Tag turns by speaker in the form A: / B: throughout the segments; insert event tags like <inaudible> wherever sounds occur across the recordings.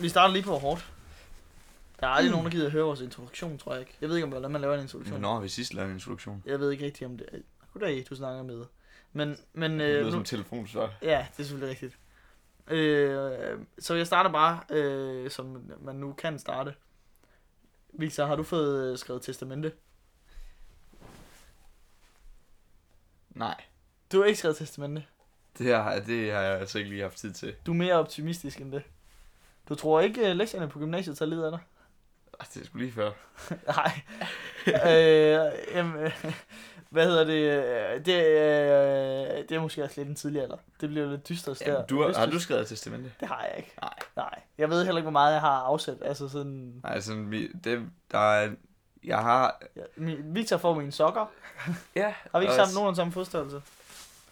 A: Vi starter lige på hårdt. Der er aldrig mm.
B: Mm.
A: nogen, der gider at høre vores introduktion, tror jeg ikke. Jeg ved ikke, om hvordan man laver en introduktion.
B: Hvornår har vi sidst lavet en introduktion?
A: Jeg ved ikke rigtig, om det er... Goddag, du snakker med. Men, men
B: Det lyder
A: øh,
B: som
A: nu...
B: et telefonsvar.
A: Ja, det er selvfølgelig rigtigt. Øh, så jeg starter bare, øh, som man nu kan starte. Victor, har du fået øh, skrevet testamente?
B: Nej,
A: Du har ikke skrevet testamente.
B: det her det har jeg altså ikke lige haft tid til.
A: Du er mere optimistisk end det. Du tror ikke, øh, lektierne på gymnasiet tager lidt af dig?
B: Ej, Det er sgu lige før.
A: <laughs> Nej. øh, jamen, <laughs> øh, hvad hedder det? øh, Det, øh, det er måske også lidt en tidlig alder. Det bliver lidt dystert der.
B: Jamen, du har, har du
A: Dystert.
B: skrevet testamente?
A: Det har jeg ikke.
B: Nej.
A: Nej. Jeg ved heller ikke, hvor meget jeg har afsat. Altså sådan...
B: Nej, altså, vi, det, der er, jeg har...
A: Ja, min, Victor får mine sokker.
B: Ja,
A: Har vi ikke
B: og-
A: sammen nogen af den samme fodstørrelse?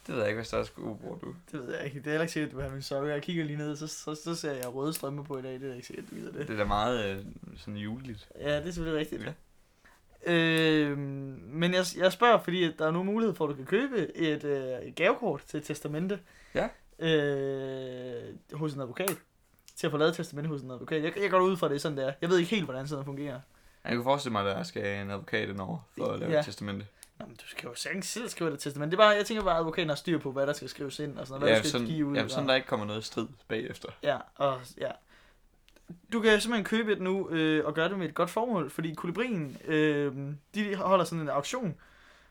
B: Det ved jeg ikke, hvad større sko bruger du.
A: Det ved jeg ikke. Det er heller ikke sikkert, at du vil have mine sokker. Jeg kigger lige ned, så, så, så ser jeg røde strømper på i dag. Det er ikke sikkert, at du gider
B: Det
A: det.
B: er da meget øh, sådan juleligt.
A: Ja, det er selvfølgelig rigtigt. Øh, men jeg, jeg spørger, fordi at der er nu mulighed for, at du kan købe et, øh, et gavekort til et testamente.
B: Ja.
A: Øh, hos en advokat. Til at få lavet et testamente hos en advokat. Jeg, jeg går ud fra, at det er sådan, det er. Jeg ved ikke helt, hvordan sådan noget fungerer.
B: Jeg kunne forestille mig, at jeg skal have en advokat indover for at lave ja.
A: Ja.
B: et testamente.
A: Nå, men du skal jo sagtens selv skrive det testamente. Det er bare, jeg tænker bare, at advokaten har styr på, hvad der skal skrives ind og sådan noget. Hvad
B: Ja,
A: du skal
B: sådan,
A: give ud.
B: ja,
A: og-
B: sådan der ikke kommer noget strid bagefter.
A: Ja, og ja. Du kan simpelthen købe et nu øh, og gøre det med et godt formål, fordi Kolibrien, øh, de holder sådan en auktion,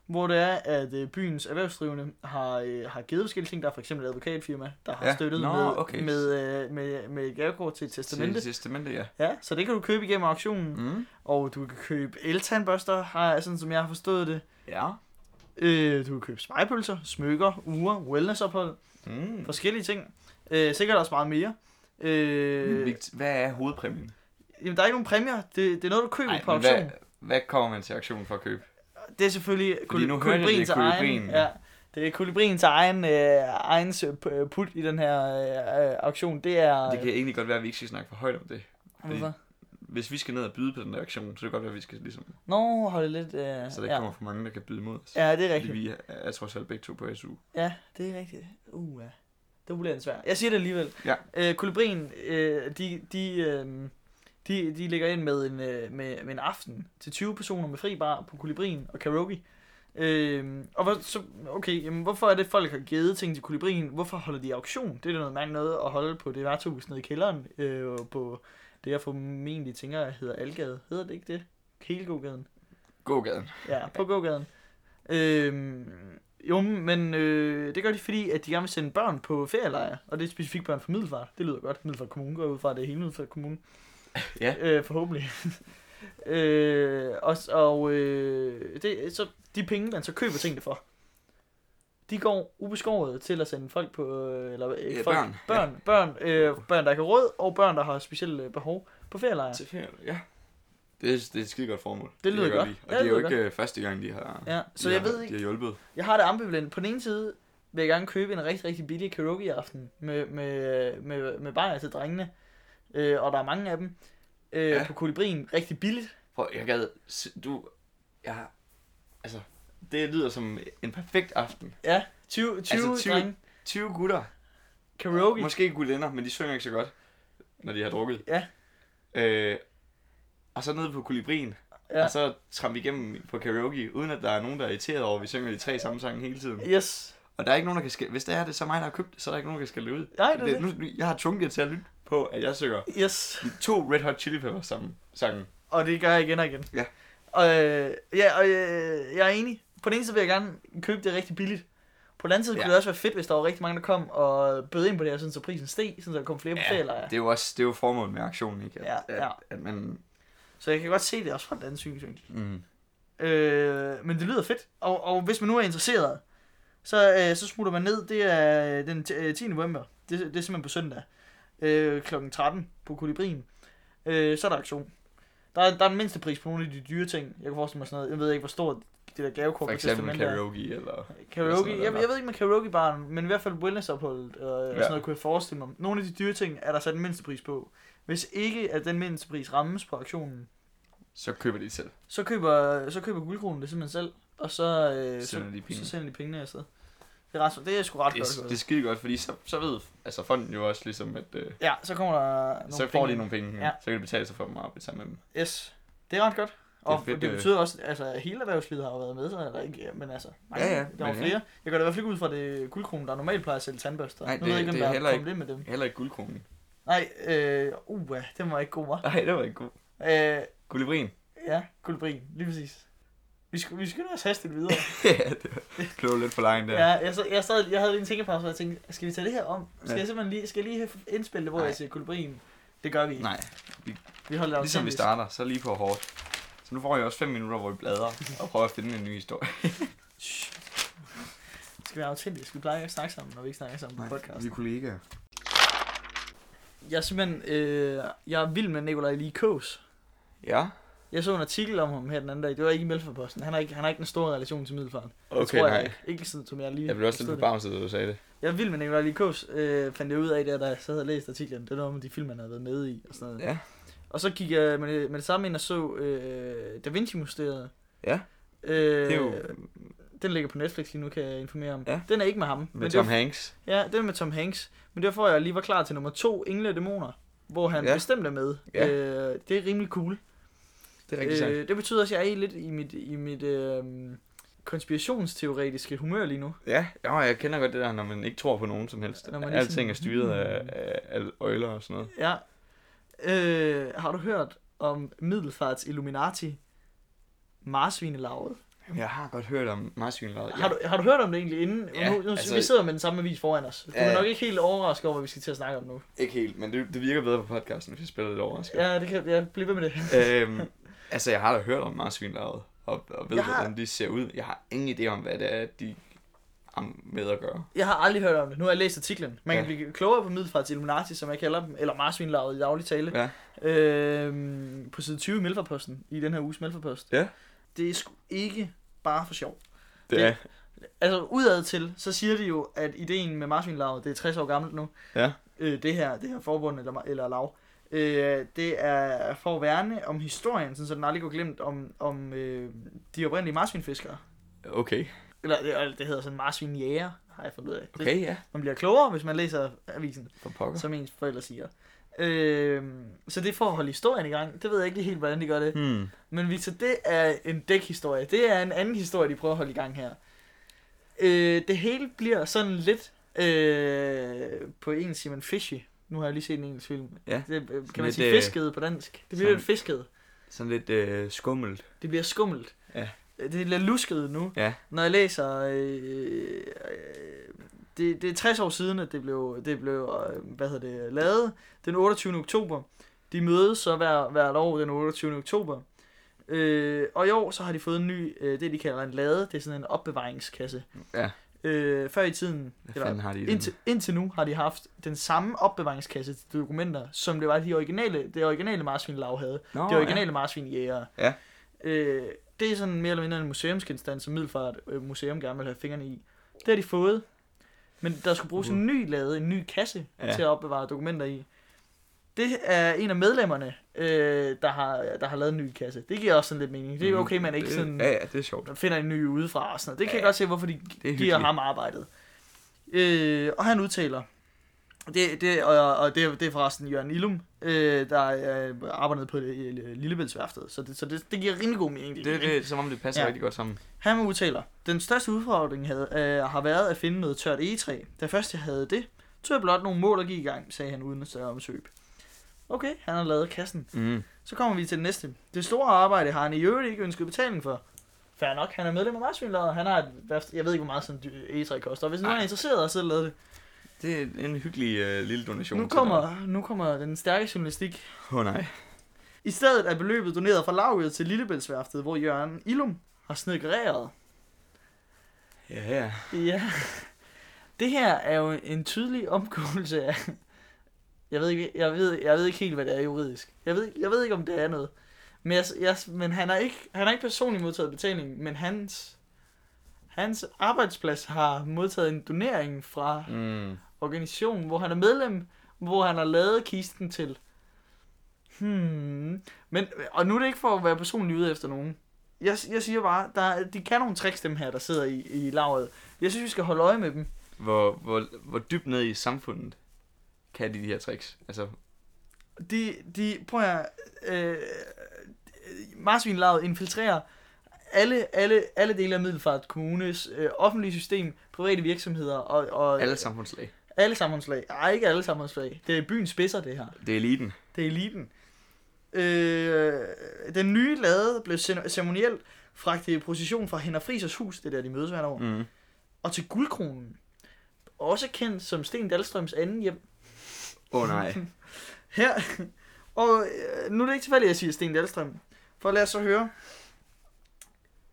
A: hvor det er, at øh, byens erhvervsdrivende har, øh, har givet forskellige ting. Der er for eksempel et advokatfirma, der har
B: Ja,
A: ja. støttet
B: nå,
A: med,
B: okay.
A: med, øh, med, med et gavekort til et testamente.
B: Til testamente, ja.
A: Ja, så det kan du købe igennem auktionen. Mm.
B: Mm.
A: Og du kan købe eltandbørster, har jeg- sådan som jeg har forstået det.
B: Ja.
A: Øh, du kan købe spejpølser, smykker, uger, wellnessophold,
B: Mm.
A: forskellige ting. Øh, sikkert også meget mere.
B: Men
A: Øh,
B: Vigt, hvad er hovedpræmien?
A: Jamen, der er ikke nogen præmier. Det, det er noget, du køber
B: Ej,
A: Ej, på
B: men
A: auktion.
B: hvad, hvad kommer man til auktionen for at købe?
A: Det er selvfølgelig
B: Fordi
A: kul-
B: nu hørte jeg,
A: kolibrien
B: det er
A: til egen.
B: kolibrien.
A: Ja, det er kolibrien til egen, øh, egen put i den her øh, øh, auktion. Det er...
B: Det kan egentlig godt være, at vi ikke skal snakke for højt om det.
A: Hvorfor?
B: Hvis vi skal ned og byde på den der auktion, så kan det godt være, at vi skal ligesom...
A: Nå, hold det lidt... Øh,
B: Så der ikke
A: ja.
B: kommer for mange, der kan byde mod os.
A: ja, det er
B: Fordi
A: rigtigt.
B: vi er, er trods alt begge to på SU.
A: Ja, det er rigtigt. Uh, ja. Det bliver den svært. Jeg siger det alligevel.
B: Ja.
A: Øh, Kolibrien, øh, de, de, øh, de, de ligger ind med en, øh, med, med en aften til 20 personer med fri bar på Kolibrien og karaoke. Øh, og hvor, så, okay, jamen, hvorfor er det, folk har givet ting til Kolibrien? Hvorfor holder de auktion? Det er da noget mærkeligt noget at holde på det værtshus nede i kælderen. Øh, på det, jeg formentlig tænker, hedder Algade. Hedder det ikke det? Kælegogaden.
B: Gågaden.
A: Ja, på gågaden. Øhm, jo, men øh, det gør de, fordi at de gerne vil sende børn på ferielejre. Og det er specifikt børn fra Middelfart. Det lyder godt. Middelfart Kommune går jeg ud fra, at det er hele Middelfart Kommune.
B: Ja.
A: Øh, forhåbentlig. <laughs> øh, og og øh, det, så de penge, man så køber tingene for, de går ubeskåret til at sende folk på... øh, Eller, øh,
B: Ja,
A: folk,
B: børn, ja.
A: Børn, børn, øh, børn, der ikke har råd, og børn, der har specielle øh, behov på ferielejre.
B: Til ferie, ja. Det er, det er et skide godt formål.
A: Det lyder
B: kan jeg
A: godt.
B: lide. Og
A: Ja,
B: det
A: det
B: er jo
A: lyder
B: ikke øh, første gang, de har,
A: Ja, så
B: de
A: jeg
B: har,
A: ved ikke...
B: de har hjulpet.
A: Jeg har det ambivalent. På den ene side vil jeg gerne købe en rigtig, rigtig billig karaoke-aften med, med, med, med bajer til drengene. Øh, og der er mange af dem. Øh,
B: Ja.
A: ja. På kolibrien rigtig billigt.
B: Prøv, jeg gad... s- Du... Jeg... Altså... Det lyder som en perfekt aften.
A: Ja, 20, 20,
B: Altså,
A: altså, 20
B: 20
A: drenge.
B: 20 gutter.
A: Karaoke.
B: Måske ikke gulinder, men de synger ikke så godt, når de har drukket.
A: Ja.
B: Øh, og så nede på kolibrien, ja.
A: Ja.
B: og så trampe igennem på karaoke, uden at der er nogen, der er irriteret over, at vi synger de tre samme sange hele tiden.
A: Yes.
B: Og der er ikke nogen, der kan skælde. Hvis det er det, så er mig, der har købt det, så er der ikke nogen, der kan skælde det ud.
A: Nej, det er
B: Nu, nu, jeg har tvunget jer til at lytte på, at jeg synger
A: Yes.
B: de to Red Hot Chili Peppers sammen, sangen.
A: Og det gør jeg igen og igen.
B: Ja.
A: Og, øh, ja, og øh, jeg er enig. På den ene side vil jeg gerne købe det rigtig billigt. På den anden side
B: Ja.
A: kunne det også være fedt, hvis der var rigtig mange, der kom og bød ind på det her, sådan, så prisen steg, sådan, så der kom flere på ferielejre.
B: det er jo også det er jo formålet med aktionen, ikke? At,
A: Ja, ja.
B: At, at man,
A: Så jeg kan godt se det også fra den anden synsvinkel.
B: mm,
A: Øh, men det lyder fedt. Og, og hvis man nu er interesseret, så, øh, så smutter man ned. Det er den t- øh, 10. november. Det, det er simpelthen på søndag. Øh, klokken 13 på Kolibrien. Øh, så er der aktion. Der er, der er den mindste pris på nogle af de dyre ting. Jeg kan forestille mig sådan noget. Jeg ved ikke, hvor stort det der gavekort
B: for
A: på
B: eksempel
A: testament er.
B: karaoke, eller... Eller sådan
A: Karaoke.
B: noget,
A: Jeg, jeg
B: der.
A: ved ikke med karaokebaren, men i hvert fald wellnessopholdet øh, og
B: Ja.
A: sådan noget kunne jeg forestille mig. Nogle af de dyre ting er der sat en mindste pris på. Hvis ikke at den mindste pris rammes på aktionen,
B: Så køber de selv.
A: så køber, så køber guldkronen det simpelthen selv, og så, øh,
B: Sender
A: så,
B: de pengene.
A: så sender de pengene afsted. Det er, ret, det er sgu ret
B: Det,
A: godt.
B: er-
A: gået.
B: det er skide godt, fordi så, så ved altså fonden jo også ligesom, at øh,
A: Ja, så kommer der nogle
B: så får de nogle penge,
A: Ja.
B: ja. så kan det betale sig for dem at arbejde sammen med dem.
A: Yes, det er ret godt. Og det,
B: fedt,
A: det
B: øh.
A: betyder også, altså, at hele erhvervslivet har jo været med, så eller ikke, men altså, mange,
B: Ja, ja,
A: der var
B: men ja.
A: flere. Jeg går da i hvert fald ikke ud fra at det er guldkronen, der normalt plejer at sælge tandbørster.
B: Nej,
A: nu
B: det-
A: ved jeg ikke,
B: det
A: hvem der
B: er heller
A: kom
B: ikke-
A: det med dem.
B: Heller ikke guldkronen.
A: Nej, øh, uh, den var ikke god, var.
B: Nej, det var ikke god.
A: Øh,
B: Guldebrin.
A: ja, kulbrin, lige præcis. Vi skulle, vi skulle også hastigt videre.
B: <laughs> ja, det var lidt for langt der.
A: ja, jeg, sad, jeg, sad, jeg havde lige en tænkepause, og jeg tænkte, skal vi tage det her om? Skal
B: Ja.
A: jeg simpelthen lige, skal jeg lige indspille det, hvor
B: Nej.
A: jeg siger kulbrin? Det gør vi ikke.
B: Nej,
A: Vi holder det
B: ligesom vi
A: autentisk.
B: starter, så lige på hårdt. Så nu får jeg også 5 minutter, hvor vi bladrer og prøver at finde en ny
A: <laughs>
B: historie.
A: Shh. Det skal være autentisk. Vi plejer ikke at snakke sammen, når vi ikke snakker sammen på podcast.
B: kollegaer.
A: Jeg er simpelthen øh, jeg er vild med Nikolaj Lee Kås.
B: Ja,
A: Jeg så en artikel om ham her den anden dag. Det var ikke i Mælferposten. Han har ikke, han har ikke den store relation til Middelfart. det
B: okay,
A: tror jeg
B: nej.
A: ikke. Ikke sådan, som jeg lige
B: Jeg blev også
A: forstod
B: lidt
A: det.
B: forbavset, da du sagde det.
A: Jeg er vild med Nikolaj Lee Kås. Øh, fandt jeg ud af, det, da jeg sad og læste artiklen. Det var noget med de film, han havde været med i. Og, sådan noget.
B: Ja.
A: og så gik jeg med det, med det samme ind og så øh, Da Vinci-mysteriet.
B: Ja.
A: Øh,
B: Det er jo
A: Den ligger på Netflix lige nu, kan jeg informere om.
B: Ja.
A: Den er ikke med ham.
B: med
A: det var
B: Tom Hanks.
A: Ja, det er med Tom Hanks. Men derfor jeg lige var klar til nummer to, Engle og Dæmoner, hvor han ja.
B: Ja.
A: bestemt er med.
B: Ja.
A: Øh, det er rimelig cool. Øh,
B: Det er rigtig sandt.
A: det betyder også, at jeg er lidt i mit, i mit øh, konspirationsteoretiske humør lige nu.
B: Ja, jo, jeg kender godt det der, når man ikke tror på nogen som helst.
A: Når
B: Når
A: man ligesom-
B: man
A: ikke
B: Alting
A: sådan-
B: er styret af, af, af øjler og sådan noget.
A: Ja. Øh, har du hørt om Middelfarts Illuminati? Marsvinelaget.
B: Jeg har godt hørt om marsvinlaget.
A: Har, du, har du hørt om det egentlig inden?
B: Ja,
A: nu, nu, altså,
B: altså-
A: vi sidder med den samme avis foran os. Du er
B: Ja.
A: nok ikke helt overrasket over, hvad vi skal til at snakke om nu.
B: Ikke helt, men det, det virker bedre på podcasten, hvis jeg spiller lidt overrasket.
A: Ja, det kan, jeg bliver ved med det.
B: øhm, altså, jeg har da hørt om marsvinlaget, og, og ved,
A: Jeg har-
B: hvordan de ser ud. Jeg har ingen idé om, hvad det er, de har med at gøre.
A: Jeg har aldrig hørt om det. Nu har jeg læst artiklen. Man kan
B: Ja.
A: blive klogere på Middelfarts Illuminati, som jeg kalder dem, eller marsvinlaget i daglig tale,
B: Ja.
A: øhm, på side 20 i Mælferposten, i den her uges Mælferpost.
B: Ja.
A: Det er sgu ikke bare for sjov.
B: Det
A: Det-
B: er,
A: Altså udad til, så siger de jo, at ideen med marsvinlaget, det er 60 år gammelt nu,
B: ja.
A: øh, det her, det her forbund eller, eller lav, øh, det er for at værne om historien, sådan, så den aldrig går glemt om, om øh, de oprindelige marsvinfiskere.
B: Okay.
A: Eller det, det hedder sådan marsvinjæger, har jeg fundet ud af. Det,
B: Okay, ja.
A: man bliver klogere, hvis man læser avisen.
B: For pokker.
A: som ens forældre siger. Øhm, så det er for at holde historien i gang. Det ved jeg ikke lige helt, hvordan de gør det.
B: Hmm.
A: Men Victor, det er en dækhistorie. Det er en anden historie, de prøver at holde i gang her. Øh, det hele bliver sådan lidt øh, på engelsk siger man fishy. Nu har jeg lige set en engelsk film.
B: Ja.
A: Det, øh, kan man
B: lidt,
A: sige
B: øh,
A: fisket på dansk? Det bliver
B: sådan-
A: lidt fisket.
B: Sådan lidt øh, skummelt.
A: Det bliver skummelt.
B: Ja.
A: Øh, Det bliver lusket nu.
B: Ja.
A: Når jeg læser... Øh, øh, det, det er 60 år siden, at det blev, det blev øh, hvad hedder det, lavet. Den 28. oktober. De mødes så hver, hvert år den 28. oktober. Øh, og i år så har de fået en ny, øh, det de kalder en lade. Det er sådan en opbevaringskasse.
B: Ja.
A: Øh, før i tiden,
B: Hvad
A: eller
B: fanden har de i den?
A: indtil, indtil nu, har de haft den samme opbevaringskasse til dokumenter, som det var de originale, det originale marsvinlav havde.
B: Nå,
A: Det originale marsvinjægere.
B: Ja.
A: Øh, det er sådan mere eller mindre en museumsgenstand, som Middelfart øh, Museum gerne vil have fingrene i. Det har de fået. Men der skulle bruges en ny lade, en ny kasse, ja.
B: Mhm. Ja.
A: til at opbevare dokumenter i. Det er en af medlemmerne, øh, der, har, der har lavet en ny kasse. Det giver også sådan lidt mening. Det er
B: Mhm.
A: okay, man ikke
B: det,
A: sådan
B: Ja, ja, det er sjovt.
A: man finder en ny udefra og sådan noget. Det kan ja, jeg
B: Ja,
A: godt se, hvorfor de giver
B: hyggeligt.
A: ham arbejdet. Øh, og han udtaler, det, det, og, og det, er- det er forresten Jørgen Illum, øh, der øh, arbejder på det, i Lillebæltsværftet, så, det, så det, det giver rimelig god mening.
B: Det, det er som om, det passer
A: Ja.
B: ja. rigtig godt sammen.
A: Han udtaler, den største udfordring havde, øh, har været at finde noget tørt egetræ. Da først jeg havde det, tog jeg blot nogle mål og gik i gang, sagde han uden at større omsøb. Okay, han har lavet kassen.
B: Mm.
A: Så kommer vi til det næste. Det store arbejde har han i øvrigt ikke ønsket betaling for. Fair nok, han er medlem af Marsvinlaget, han har et værft, jeg ved ikke, hvor meget sådan et E3 koster. Hvis nu
B: Ej.
A: er interesseret og så lave det.
B: Det er en hyggelig øh, lille donation.
A: Nu
B: til dig.
A: kommer, nu kommer den stærke journalistik.
B: Åh oh, nej.
A: I stedet er beløbet doneret fra lavet til Lillebæltsværftet, hvor Jørgen Ilum har snedgereret.
B: Ja, ja.
A: Ja. Det her er jo en tydelig omgåelse af... Jeg ved, ikke, jeg, ved, jeg ved ikke helt, hvad det er juridisk. Jeg ved, jeg ved ikke, om det er noget. Men, jeg, jeg, men han, har ikke, han har ikke personligt modtaget betalingen, men hans, hans arbejdsplads har modtaget en donering fra
B: Mm.
A: organisationen, hvor han er medlem, hvor han har lavet kisten til. Hmm. Men, og nu er det ikke for at være personlig ude efter nogen. jeg, jeg siger bare, der, er- de kan nogle tricks, dem her, der sidder i, i lavet. Jeg synes, vi skal holde øje med dem.
B: Hvor, hvor, hvor dybt ned i samfundet kan de de her tricks? Altså,
A: De, de prøv at høre, øh, marsvinlaget infiltrerer alle, alle, alle dele af Middelfart Kommunes øh, offentlige system, private virksomheder og, og
B: alle samfundslag.
A: alle samfundslag. Ej, ikke alle samfundslag. Det er byens spidser, det her.
B: Det er eliten.
A: Det er eliten. Øh, den nye lade blev cere- ceremonielt fragtet i procession fra Henrik Frisers hus, det er der de mødes hvert år,
B: Mm.
A: og til guldkronen. Også kendt som Sten Dahlstrøms anden hjem.
B: Åh oh, <laughs> nej.
A: Her. <laughs> Og øh, nu er det ikke tilfældigt, at jeg siger Sten Dahlstrøm. For lad os så høre.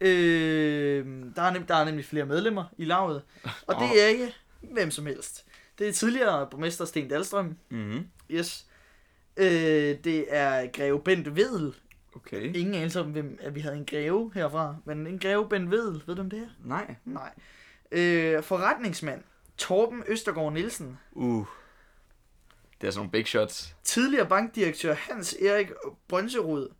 A: Øh, der, er nem, der er nemlig flere medlemmer i lavet. Og
B: Åh.
A: det er ikke hvem som helst. Det er tidligere borgmester Sten Dahlstrøm.
B: Mm.
A: Yes. Øh, det er greve Bent Vedel.
B: Okay.
A: Ingen anelse om, hvem, at vi havde en greve herfra. Men en greve Bent Vedel. Ved du, om det er?
B: Nej.
A: Nej. Øh, forretningsmand. Torben Østergaard Nielsen.
B: Uh. Det er sådan nogle big shots.
A: Tidligere bankdirektør Hans Erik Brønserud,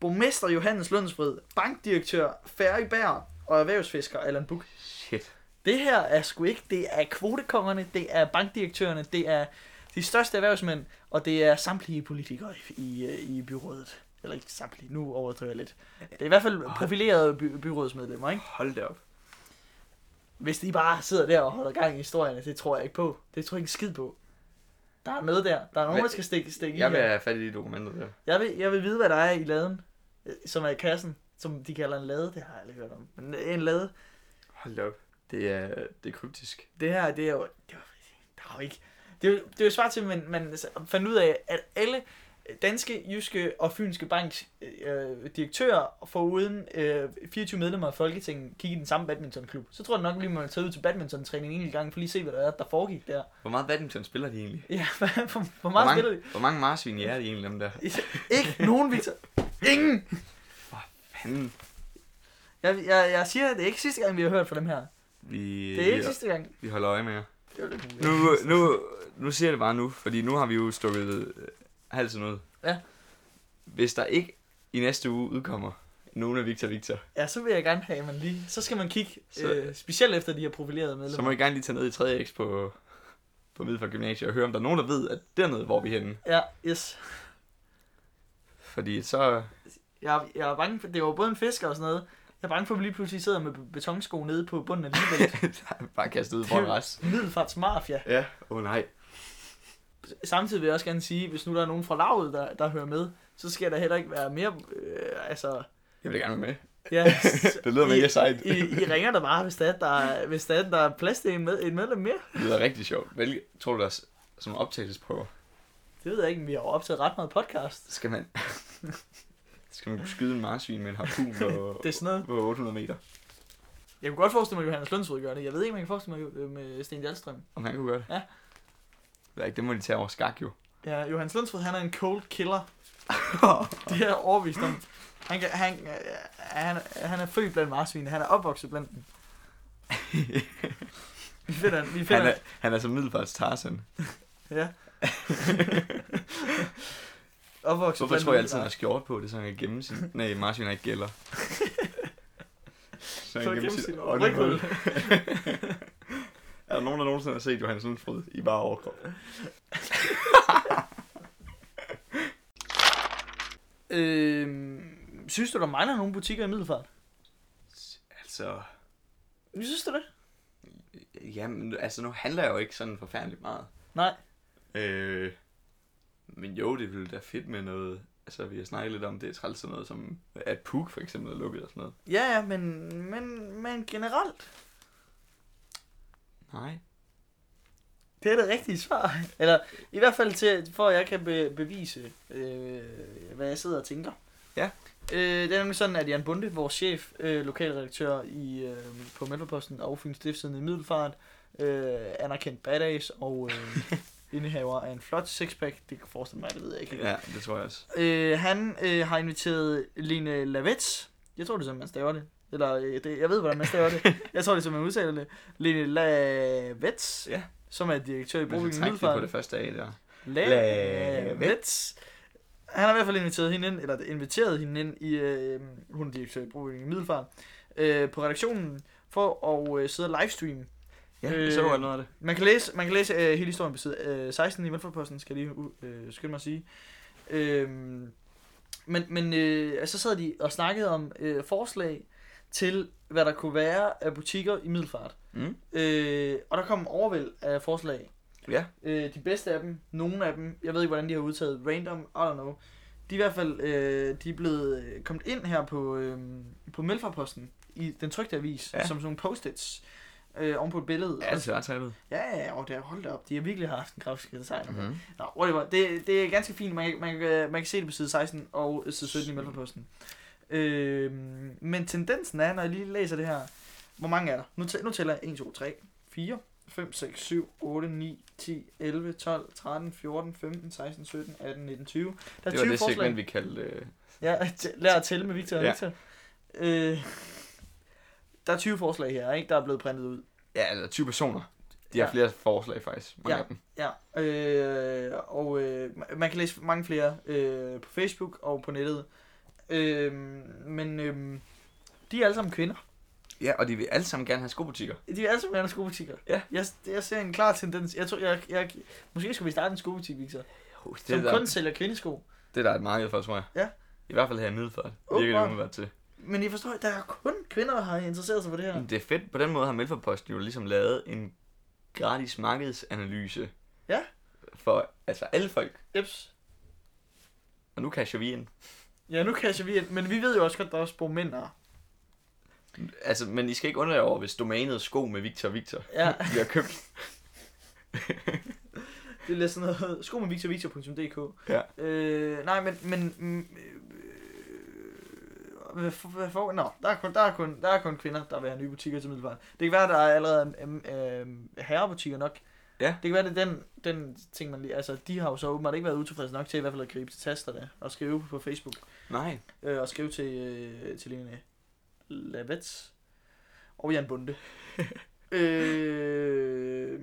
A: borgmester Johannes Lundsfred, bankdirektør Ferry Bær og erhvervsfisker Allan Buk.
B: Shit.
A: Det her er sgu ikke, det er kvotekongerne, det er bankdirektørerne, det er de største erhvervsmænd, og det er samtlige politikere i, i, øh, i byrådet. Eller ikke samtlige, nu overdriver jeg lidt. Det er i hvert fald profilerede by, byrådsmedlemmer, ikke?
B: Hold da op.
A: Hvis de bare sidder der og holder gang i historierne, det tror jeg ikke på. Det tror jeg ikke en skid på. Der er noget der. Der er nogen, der skal stikke, stikke i.
B: Jeg vil
A: her.
B: have fat i de dokumenter der.
A: Jeg vil, jeg vil vide, hvad der er i laden, øh, som er i kassen, som de kalder en lade, det har jeg aldrig hørt om. Men øh, en lade,
B: Hold da op. Det er, det er kryptisk.
A: det her, det er jo, det er, jo- der er jo ikke, det er, jo- det er jo svært til, at man, man fandt ud af, at alle danske, jyske og fynske banks øh, direktører får uden øh, 24 medlemmer af Folketinget kigge i den samme badmintonklub. Så tror jeg nok lige, man er taget ud til badmintontræning en enkelt gang, for lige at se, hvad der er, der foregik der.
B: Hvor meget badminton spiller de egentlig?
A: Ja, <laughs> hvor, hvor
B: Hvor
A: meget spiller
B: mange,
A: de?
B: hvor mange marsvin er de egentlig, dem der?
A: Ikke nogen, Victor. Ingen!
B: Fanden.
A: Jeg, jeg, jeg siger, at det er ikke sidste gang, vi har hørt fra dem her.
B: Vi,
A: Det er ikke
B: vi,
A: sidste gang.
B: vi holder øje med jer.
A: Det var lidt
B: Nu, nu, nu siger jeg det bare nu, fordi nu har vi jo stukket øh, halsen ud.
A: Ja.
B: Hvis der ikke i næste uge udkommer nogen af Victor Victor,
A: Ja, så vil jeg gerne have, at man lige... Så skal man kigge
B: Så-
A: så... øh, specielt efter de her profilerede medlemmer.
B: så må I gerne lige tage ned i 3X på, på Middelfart Gymnasium og høre, om der er nogen, der ved, at dernede, hvor vi er henne.
A: Ja, yes.
B: Fordi så... <laughs>
A: Jeg, er- jeg er bange for... Det var både en fisker og sådan noget. Jeg er bange for, at vi lige pludselig sidder med be- betonsko nede på bunden af
B: <laughs>
A: Lillebælt.
B: bare kastet ud foran rest.
A: Middelfarts Mafia.
B: Ja, åh oh, nej.
A: Samtidig vil jeg også gerne sige, hvis nu der er nogen fra lavet, der, der hører med, så skal der heller ikke være mere... Øh, altså...
B: Jeg vil da gerne være med. <laughs>
A: Ja, s-
B: Det lyder
A: I-
B: mega sejt.
A: I, I, ringer der bare, hvis der, er- der, er- hvis der, er- der er plads til en, med, en medlem mere.
B: Det lyder rigtig sjovt. Hvad tror du, der er s- sådan nogle optagelsesprøver?
A: Det ved jeg ikke, men vi har jo optaget ret meget podcast.
B: Skal man... <laughs> Skal man kunne skyde en marsvin med en harpun på,
A: <laughs> Det er sådan noget.
B: på 800 meter?
A: Jeg kunne godt forestille mig, at Johannes Lundsrud gør det. Jeg ved ikke, om jeg kan forestille mig øh, med Sten Dahlstrøm.
B: Om han kunne gøre det?
A: Ja.
B: Det, ikke, det må de tage over skak <laughs> jo.
A: Ja, Johannes Lundsrud, han er en cold killer. det er jeg overbevist om. Han, kan, han, øh, han, han er født blandt marsvin. Han er opvokset blandt dem. Vi finder, vi finder,
B: Han er, han er som middelfarts Tarzan.
A: <laughs> ja. opvokset
B: Hvorfor tror jeg altid, han har skjort på? Det er så han kan gemme sin... <laughs> Nej, marsvin er ikke gælder. Så
A: Så
B: han kan gemme sin
A: ryghul.
B: <laughs> åndehul. Er der nogen, der nogensinde har set Johannes Lundsfrød i bare overkrop?
A: Øhm, synes du, der mangler nogle butikker i Middelfart?
B: Altså...
A: Synes du det?
B: Jamen, altså nu handler jeg jo ikke sådan forfærdeligt meget.
A: Nej.
B: Øh, men jo, det ville da fedt med noget... Altså, vi har snakket lidt om, det er træls sådan noget som... At Puk for eksempel er lukket og sådan noget.
A: Ja, ja, men, men, men generelt.
B: Nej.
A: Det er det rigtige svar. <laughs> Eller i hvert fald til, for at jeg kan be- bevise, øh, hvad jeg sidder og tænker.
B: Ja.
A: Øh, det er nemlig sådan, at Jan Bunde, vores chef, øh, lokalredaktør i, øh, på Mælkeposten og Fyns Stiftstidende i Middelfart, øh, anerkendt badass og øh, indehaver af en flot sixpack. Det kan forestille mig, det ved jeg ikke. helt.
B: Ja, det tror jeg også.
A: Øh, han øh, har inviteret Lene Lavets. Jeg tror, det er sådan, man staver det. Eller, øh, det, jeg ved, hvordan man staver det. Jeg tror, det er sådan, man udtaler det. Lene Lavets
B: Ja.
A: som er direktør i
B: Man
A: Brobyggen
B: skal trække det på
A: Middelfart.
B: det første af der.
A: Lavets. han har i hvert fald inviteret hende ind, eller inviteret hende ind i, øh, hun er direktør i Brugvinding Middelfart, øh, på redaktionen, for at øh, sidde og livestreame.
B: Ja,
A: Øh,
B: øh, så var noget af det.
A: Man kan læse, man kan læse øh, hele historien på side øh, 16 i Velfærdsposten, skal jeg lige u- øh, skynde mig at sige. Øh, men men øh, så sad de og snakkede om øh, forslag til, hvad der kunne være af butikker i Middelfart.
B: Mm.
A: Øh, og der kom overvæld af forslag.
B: Ja.
A: Øh, de bedste af dem, nogle af dem, jeg ved ikke, hvordan de har udtaget, random, I don't know. De er i hvert fald øh, de er blevet øh, kommet ind her på, øh, på Melfarposten i den trykte avis, ja.
B: Ja.
A: som sådan nogle post-its øh, oven på et billede.
B: Ja,
A: Og-
B: det ser ret sejt ud.
A: Ja, ja, og det er holdt op. De har virkelig haft en grafisk designer. Mm-hmm.
B: Mm-hmm.
A: Nå, whatever. Det, det er ganske fint. Man, kan- man, kan- man kan se det på side 16 og side 17 i Mælkeposten. Øh, men tendensen er, når jeg lige læser det her, hvor mange er der? Nu, tæ- nu tæller jeg 1, 2, 3, 4, 5, 6, 7, 8, 9, 10, 11, 12, 13, 14, 15, 16, 17, 18, 19, 20. Der er
B: Det var
A: 20
B: det
A: forslag.
B: segment, vi kaldte... Øh,
A: Ja, t- lær at tælle med Victor og
B: Ja.
A: Victor. Øh, der er 20 forslag her, ikke? der er blevet printet ud.
B: ja, eller 20 personer. De har
A: Ja.
B: flere forslag, faktisk. Mange
A: Ja.
B: ja. af dem.
A: Ja, øh, og øh, ma- man kan læse mange flere øh, på Facebook og på nettet. Øh, men øh, de er alle sammen kvinder.
B: Ja, og de vil alle sammen gerne have skobutikker.
A: De er alle sammen kvinder skobutikker.
B: Ja.
A: Jeg, jeg ser en klar tendens. Jeg tror, jeg, jeg, måske skulle vi starte en skobutik, Victor,
B: Jo, det,
A: som
B: er der,
A: kun sælger kvindesko.
B: det er der et marked for, tror jeg.
A: Ja.
B: I hvert fald her i Middelfart.
A: Åbenbart.
B: Virker det umiddelbart til.
A: Men I forstår, der er kun kvinder, der har interesseret sig for det her.
B: Men Det er fedt. På den måde har Melforposten jo ligesom lavet en gratis markedsanalyse.
A: Ja.
B: For altså alle folk.
A: Jeps.
B: Og nu casher vi ind.
A: Ja, nu kan vi ind, men vi ved jo også godt, at der også bor mænd der.
B: Altså, men I skal ikke undre jer over, hvis domænet sko med Victor Victor
A: Ja,
B: bliver
A: <laughs>
B: købt.
A: det er lidt sådan noget, <laughs> sko med victorvictor.dk.
B: Ja.
A: Øh, nej, men, men mm, Hvad for, hvad for? Nå, der er, kun, der, er kun, der er kun kvinder, der vil have nye butikker til Middelfart. Det kan være, der er allerede øh, herrebutikker nok.
B: Ja.
A: Det kan være, det er den, den ting, man lige... Altså, de har jo så åbenbart ikke været utilfredse nok til i hvert fald at gribe til tasterne og skrive på Facebook.
B: Nej.
A: Øh, og skrive til, øh, til Lene Lavets og Jan
B: <laughs>
A: Bunde. øh,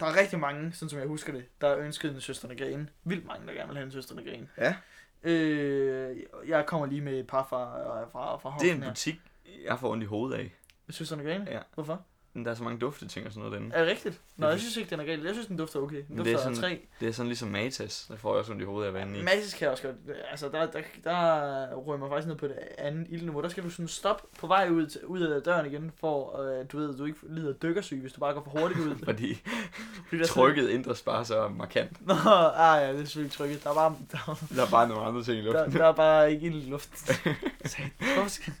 A: der er rigtig mange, sådan som jeg husker det, der ønskede en søsterne Grene. Vildt mange, der gerne vil have en søsterne Grene.
B: Ja.
A: Øh, jeg kommer lige med et par fra, fra, fra
B: Det er
A: Hoffen
B: en
A: her.
B: butik, jeg får ondt i hovedet af.
A: Søsterne Grene?
B: Ja.
A: Hvorfor?
B: Men der er så mange dufteting og sådan noget derinde.
A: Er det rigtigt? Nå, jeg
B: synes-
A: synes ikke, den er galt. Jeg synes, den dufter okay. Den
B: Men det er
A: dufter af
B: sådan-
A: træ.
B: Det er sådan ligesom Matas, der får jeg også ondt i hovedet af at være inde i.
A: Magisk kan jeg også godt. Altså, der, der, der rører man faktisk ned på det andet ildniveau. Der skal du sådan stoppe på vej ud, til- ud af døren igen, for øh, du ved, at du ikke lider af dykkersyge, hvis du bare går for hurtigt
B: <laughs>
A: ud.
B: Fordi
A: Fordi der er sådan-
B: trykket ændres bare så markant.
A: Nå, ah, ja, det er selvfølgelig trykket. Der er bare, der,
B: Der er bare nogle andre ting i
A: der,
B: luften.
A: der er bare ikke ild i
B: <laughs>
A: luften. Satan, hvorfor skal-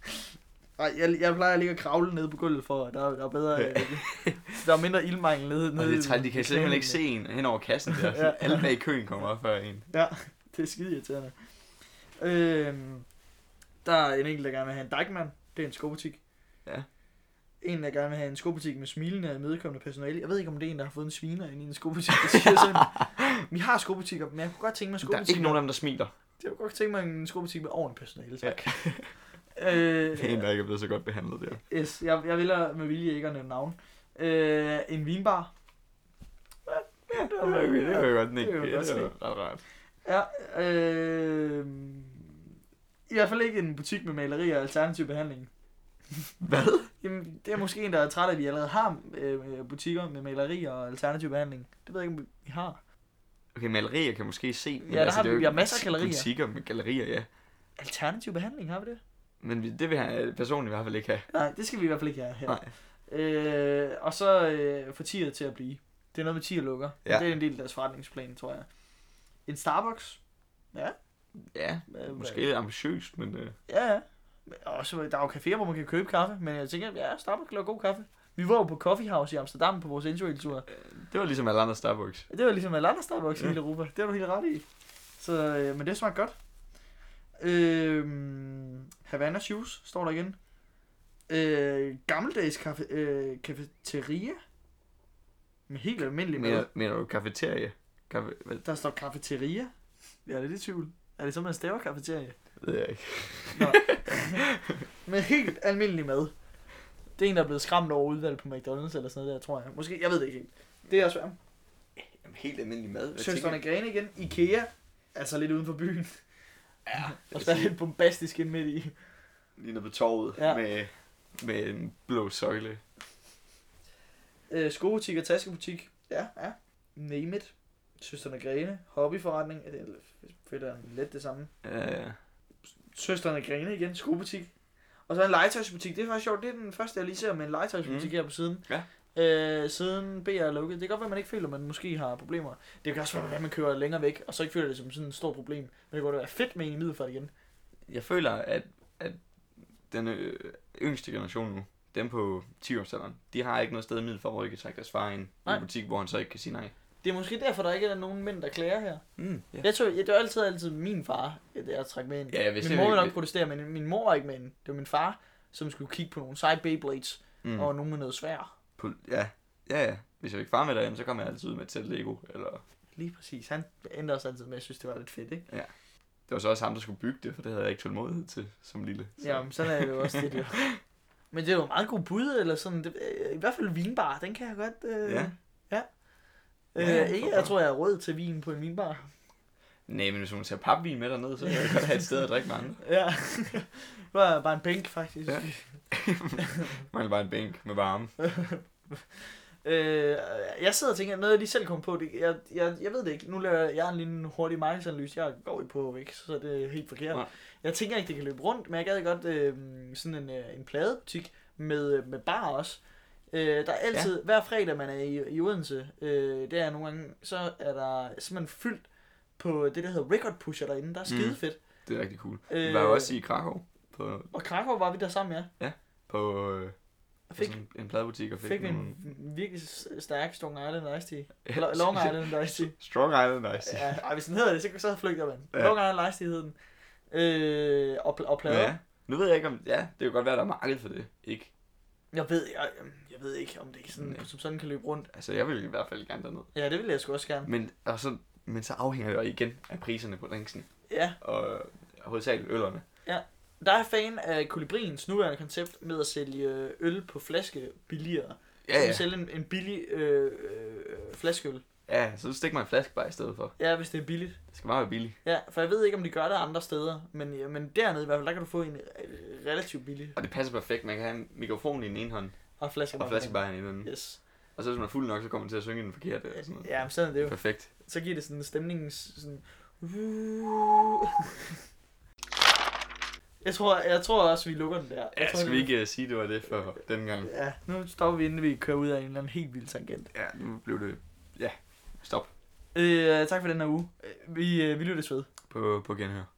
A: Ej, jeg, jeg plejer at ligge og kravle nede på gulvet for, at der, er- der er bedre...
B: <laughs> Ja.
A: Øh, der er mindre ildmangel nede.
B: Og
A: nede
B: det er
A: i-
B: træt, de
A: i
B: kan simpelthen ikke
A: knæene.
B: se en hen over kassen der.
A: Ja.
B: Alle bag i køen kommer op før en.
A: <laughs> Det er skide irriterende. Øhm, der er en enkelt, der gerne vil have en Dykman. Det er en skobutik.
B: Ja.
A: En, der gerne vil have en skobutik med smilende og imødekommende personale. Jeg ved ikke, om det er en, der har fået en sviner ind i en skobutik. Det siger sådan,
B: <laughs>
A: vi har skobutikker, men jeg kunne godt tænke mig
B: Der er
A: skobutikker.
B: ikke nogen af dem, der
A: <laughs>
B: smiler.
A: Jeg kunne godt tænke mig en skobutik med ordentligt personale,
B: Ja.
A: tak. øh,
B: Det er en, der ikke er blevet så godt behandlet der.
A: yes, jeg, jeg vil med vilje ikke at nævne navn. Øh, en vinbar.
B: Ja, det var jo- det var jo godt, den ikke.
A: Det var
B: Ja,
A: godt
B: det var ret rart.
A: Ja, øh, I hvert fald ikke en butik med malerier og alternativ behandling.
B: Hvad?
A: Jamen, det er måske en, der er træt af, at vi allerede har øh, butikker med malerier og alternativ behandling. Det ved jeg ikke, om vi har.
B: Okay, malerier kan måske se. men altså,
A: Ja, der har
B: det er jo
A: vi- vi har masser af gallerier.
B: Butikker med gallerier, ja.
A: Alternativ behandling, har vi det?
B: Men vi- det vil jeg personligt i hvert fald ikke have.
A: Nej, det skal vi i hvert fald ikke have her.
B: Nej.
A: Øh, og så øh, få tier til at blive. Det er noget med tier lukker. Ja.
B: Ja.
A: Det er en del af deres forretningsplan, tror jeg. En Starbucks.
B: Ja,
A: Øh,
B: måske lidt ambitiøst, men øh,
A: Ja, ja. Men Også, der er jo caféer, hvor man kan købe kaffe, men jeg tænker, ja, Starbucks laver god kaffe. Vi var jo på Coffee House i Amsterdam på vores interrail-tur.
B: det var ligesom alle andre Starbucks.
A: Det var ligesom alle andre Starbucks i
B: Ja.
A: hele Europa. Det har du helt ret i. Så, øh, men det smagte godt. Øhm, Havana Shoes står der igen. Øh, gammeldags kaffe, øh, cafeteria. Med helt almindelig mad.
B: Mener, mener du kafeterie? Kaffe, hvad
A: Der står cafeteria. Jeg er lidt i tvivl. Er det sådan, man staver cafeteria?
B: ved jeg ikke.
A: Med helt almindelig mad. Det er en, der er blevet skræmt over udvalg på McDonald's eller sådan noget der, tror jeg. Måske, jeg ved det ikke helt. Det er svært.
B: Jamen, helt almindelig mad.
A: Søsterne Grene igen. Ikea. Altså lidt uden for byen.
B: Ja,
A: <laughs> Og så er lidt bombastisk ind midt i.
B: lige nede på torvet
A: Ja.
B: ja. med, med en blå søjle.
A: Øh, skobutik og taskebutik. Ja, ja. Name it. Søsterne Grene. Hobbyforretning. Ja, det er fedt, let det samme.
B: Ja,
A: Søsterne Grene igen. Skobutik. Og så en legetøjsbutik. Det er faktisk sjovt. Det er den første, jeg lige ser med en legetøjsbutik
B: Mm.
A: her på siden.
B: Ja.
A: Øh, siden BR er lukket. Det kan godt være, man ikke føler, at man måske har problemer. Det kan også være, at man kører længere væk, og så ikke føler det som sådan et stort problem. Men det kunne da være fedt med en i Middelfart igen.
B: jeg føler, at, at den øh, yngste generation nu, dem på 10-årsalderen, de har ikke noget sted i middel for, hvor de kan trække deres far ind i
A: Nej.
B: en butik, hvor han så ikke kan sige nej.
A: Det er måske derfor, der ikke er nogen mænd, der klager her.
B: Mm, ja.
A: Jeg tror, jeg, det var altid, altid min far, det jeg trak med ind.
B: Ja, jeg vidste
A: min mor ville
B: ikke-
A: nok protestere, men min mor var ikke med ind. Det var min far, som skulle kigge på nogle seje Beyblades,
B: Mm.
A: mm. og nogle med noget svær.
B: På, ja. ja, ja. Hvis jeg ikke far med derinde, så kommer jeg altid ud med et sæt Lego. Eller...
A: Lige præcis. Han ændrede os altid med, at jeg synes, det var lidt fedt, ikke?
B: Det var så også ham, der skulle bygge det, for det havde jeg ikke tålmodighed til som lille. Så.
A: Ja, men sådan er det jo også det, det var. <laughs> Men det var meget god bud, eller sådan. Det, øh, I hvert fald vinbar, den kan jeg godt... Øh,
B: Ja.
A: ja. Øh,
B: Ja,
A: ikke,
B: hvorfor?
A: jeg tror, jeg er rød til vin på en vinbar.
B: Nej, men hvis hun tager papvin med dernede, så kan jeg godt have et sted at drikke med andre.
A: Ja. <laughs> det var bare en bænk, faktisk.
B: Ja. Man bare en bænk med varme.
A: <laughs> Øh, jeg sidder og tænker, noget jeg lige selv kom på, det, jeg, jeg, jeg ved det ikke, nu laver jeg, jeg en lille hurtig markedsanalyse, jeg går ikke på ikke, så det er helt forkert.
B: Nej.
A: Jeg tænker ikke, det kan løbe rundt, men jeg gad godt øh, sådan en, øh, en pladebutik med, øh, med bar også. Øh, der er altid, ja. hver fredag man er i, i Odense, øh, det er nogle gange, så er der simpelthen fyldt på det, der hedder record pusher derinde, der er
B: Mm.
A: skide fedt.
B: Det er rigtig cool.
A: Øh,
B: Vi var jo også i Krakow på,
A: Og Krakow var vi der sammen, ja.
B: på, øh,
A: Og
B: på
A: fik,
B: sådan en pladebutik og fik,
A: fik vi
B: <laughs> nogle...
A: en virkelig stærk Strong Island Ice Tea. Eller
B: <laughs>
A: Long Island Ice Tea.
B: Strong Island Ice.
A: Ja, ej, hvis den hedder det, så, så flygter man. Ja.
B: Ja.
A: Nogle gange er hed den. Øh, og, pl- og plader. Ja.
B: ja. Nu ved jeg ikke om... Ja, det kan godt være, der er marked for det. Ikke?
A: Jeg, ved, jeg, jeg ved ikke, om det sådan,
B: Nej.
A: som sådan kan løbe rundt.
B: Altså, jeg vil i hvert fald gerne derned.
A: Ja, det ville jeg sgu også gerne.
B: Men, og så, men så afhænger det jo igen af priserne på drinksen.
A: Ja,
B: Og hovedsageligt øllerne.
A: der er fan af Kolibriens nuværende koncept med at sælge øh, øl på flaske billigere.
B: Ja,
A: Så
B: ja.
A: man sælger en, en billig øh, øh, flaskeøl.
B: Ja, så stik mig en flaske bare i stedet for.
A: Ja, hvis det er billigt.
B: Det skal bare være billigt.
A: Ja, for jeg ved ikke, om de gør det andre steder. Men, ja, men dernede i hvert fald, der kan du få en øh, relativt billig
B: Og det passer perfekt. Man kan have en mikrofon i den ene hånd,
A: og flaske.
B: og flaske bare i den anden.
A: Yes.
B: Og så hvis man er fuld nok, så kommer man til at synge den forkerte. Og sådan noget.
A: Ja, men sådan er det jo.
B: Perfekt.
A: Så giver det sådan en stemning sådan... Jeg tror, jeg tror også, vi lukker den der.
B: Ja,
A: jeg tror,
B: skal vi ikke øh, sige, det var det for den gang?
A: Ja, nu stopper vi, inden vi kører ud af en eller anden helt vild tangent.
B: Ja, nu blev det... Ja, stop
A: Øh, tak for den her uge. Øh, Vi, øh, vi lyttes ved.
B: på, på genhør.